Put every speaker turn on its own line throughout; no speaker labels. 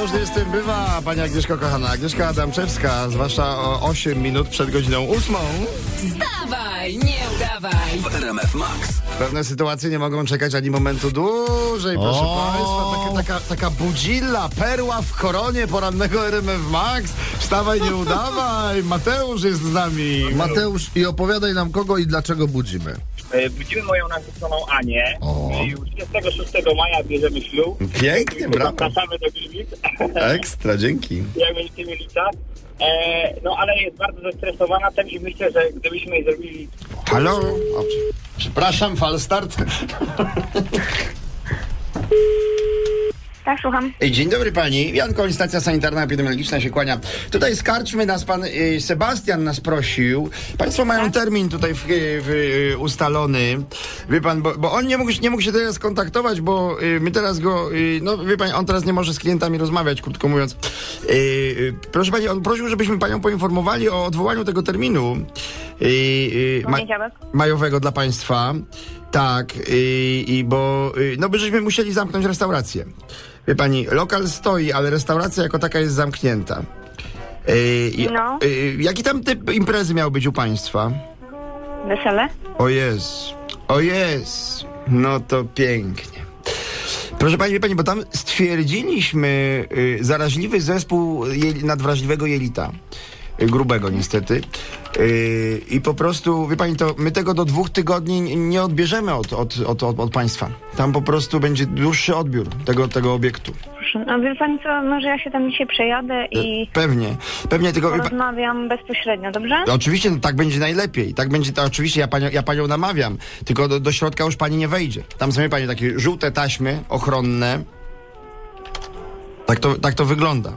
Różnie z tym bywa, pani Agnieszko kochana. Agnieszka Adamczewska, zwłaszcza o 8 minut przed godziną 8.
Wstawaj, nie udawaj.
Pewne sytuacje nie mogą czekać ani momentu dłużej, proszę państwa. Taka, taka, taka budzilla, perła w koronie porannego RMF Max. Wstawaj, nie udawaj. Mateusz jest z nami.
Mateusz, i opowiadaj nam kogo i dlaczego budzimy.
E, Budzimy moją narzeczoną Anię.
O.
I 26 maja bierzemy ślub.
Pięknie, brawo.
Zapraszamy do Gliwic,
Ekstra, dzięki.
jak będziecie mieli czas. E, no ale jest bardzo zestresowana tym i myślę, że gdybyśmy jej zrobili...
Halo? O, przepraszam, falstart.
Tak, słucham.
Dzień dobry pani. Janko, stacja sanitarna epidemiologiska się kłania. Tutaj z karczmy nas pan y, Sebastian nas prosił. Państwo mają termin tutaj w, y, w, ustalony. Wie pan, bo, bo on nie mógł, nie mógł się teraz kontaktować, bo y, my teraz go, y, no wie pani, on teraz nie może z klientami rozmawiać, krótko mówiąc. Y, y, proszę pani, on prosił, żebyśmy panią poinformowali o odwołaniu tego terminu. Y, y, ma-
Poniedziałek.
majowego dla państwa. Tak, i, i bo y, no by żeśmy musieli zamknąć restaurację. Wie pani, lokal stoi, ale restauracja jako taka jest zamknięta. Y, i-
No.
y, jaki tam typ imprezy miał być u państwa?
Wesele?
O jest, o jest. No to pięknie. Proszę pani, wie pani, bo tam stwierdziliśmy y, zaraźliwy zespół jeli, nadwrażliwego jelita. Y, Grubego niestety. Y, I po prostu, wie pani, to my tego do dwóch tygodni nie- nie odbierzemy od, od, od, od, od państwa. Tam po prostu będzie dłuższy odbiór tego, tego obiektu.
Proszę. No wie pan co, może ja się tam dzisiaj przejadę i
Pewnie. Pewnie tylko. wie pa-
porozmawiam bezpośrednio, dobrze?
Oczywiście, no tak będzie najlepiej. Tak będzie, to oczywiście, ja panią, ja panią namawiam. Tylko do, do środka już pani nie wejdzie. Tam są, wie pani, takie żółte taśmy ochronne. Tak to, tak to wygląda.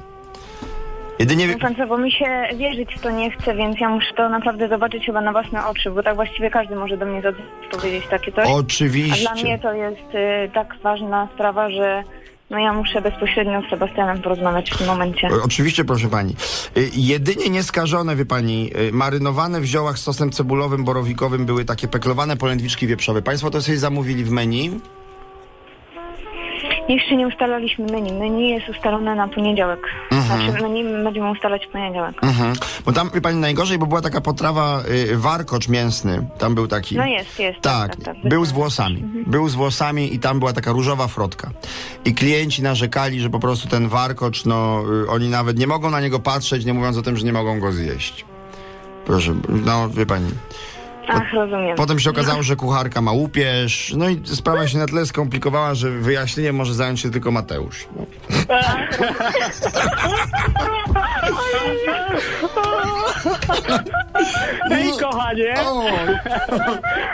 Jedynie...
Wie pan co, bo mi się wierzyć w to nie chce, więc ja muszę to naprawdę zobaczyć chyba na własne oczy, bo tak właściwie każdy może do mnie zadzwonić, powiedzieć takie coś. A
Oczywiście.
dla mnie to jest y, tak ważna sprawa, że no ja muszę bezpośrednio z Sebastianem porozmawiać w tym momencie.
O- Oczywiście, proszę pani. Y, Jedynie nieskażone, wie pani, y, marynowane w ziołach z sosem cebulowym, borowikowym były takie peklowane polędwiczki wieprzowe. Państwo to sobie zamówili w menu. E-
Jeszcze nie ustalaliśmy menu. Menu jest ustalone na poniedziałek. Znaczy menu będziemy ustalać w poniedziałek.
Mhm. Bo tam, wie pani, najgorzej, bo była taka potrawa y, warkocz mięsny. Tam był taki.
No jest, jest.
Tak, był z włosami. Był z włosami i tam była taka różowa frotka. I klienci narzekali, że po prostu ten warkocz, no y, oni nawet nie mogą na niego patrzeć, nie mówiąc o tym, że nie mogą go zjeść. Proszę, no wie pani.
Ach, rozumiem.
Potem się okazało, że kucharka ma łupież, no i sprawa się na tyle skomplikowała, że wyjaśnieniem może zająć się tylko Mateusz. No.
Hej kochanie,
O,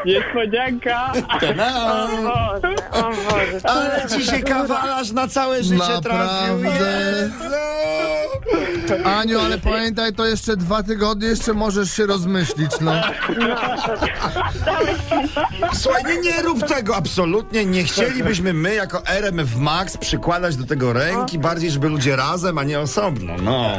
niespodzianka.
no,
Boże, o Boże.
ale ci się kawalarz na całe życie trafił.
Naprawdę. Aniu, ale pamiętaj, to jeszcze dwa tygodnie, jeszcze możesz się rozmyślić, no.
Słuchaj, nie, nie rób tego, absolutnie nie chcielibyśmy my jako RMF Max przykładać do tego ręki, bardziej żeby ludzie razem, a nie osobno, no.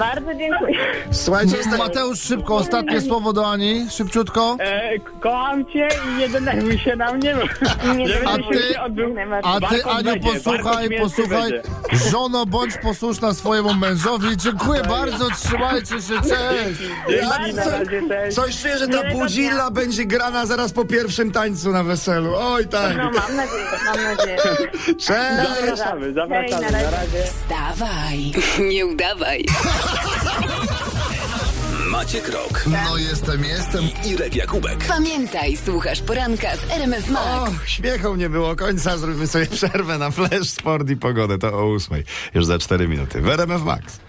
Bardzo dziękuję.
Słuchajcie, jestem...
Mateusz, szybko, ostatnie słowo do Ani, szybciutko.
E, kocham cię i nie denerwuj się na mnie.
Nie
A
będę
ty,
się odbył.
a ty
Bartosz
Aniu,
będzie,
posłuchaj,
Bartosz mięsny
posłuchaj. Żono, bądź posłuszna swojemu mężowi. Dziękuję bardzo, trzymajcie się, cześć.
Ja co- Coś czuję, że ta budzilla będzie grana zaraz po pierwszym tańcu na weselu. Oj tak.
No mam nadzieję, mam nadzieję.
Cześć!
Zapraszamy,
Hej, na
zapraszamy.
razie.
Wstawaj, nie udawaj.
Maciek Rok
No jestem, jestem.
i Regia Kubek.
Pamiętaj, słuchasz poranka w RMF Max.
O, śmiechą nie było końca, zróbmy sobie przerwę na Flash Sport i pogodę, to o ósmej, już za cztery minuty. W RMF Max.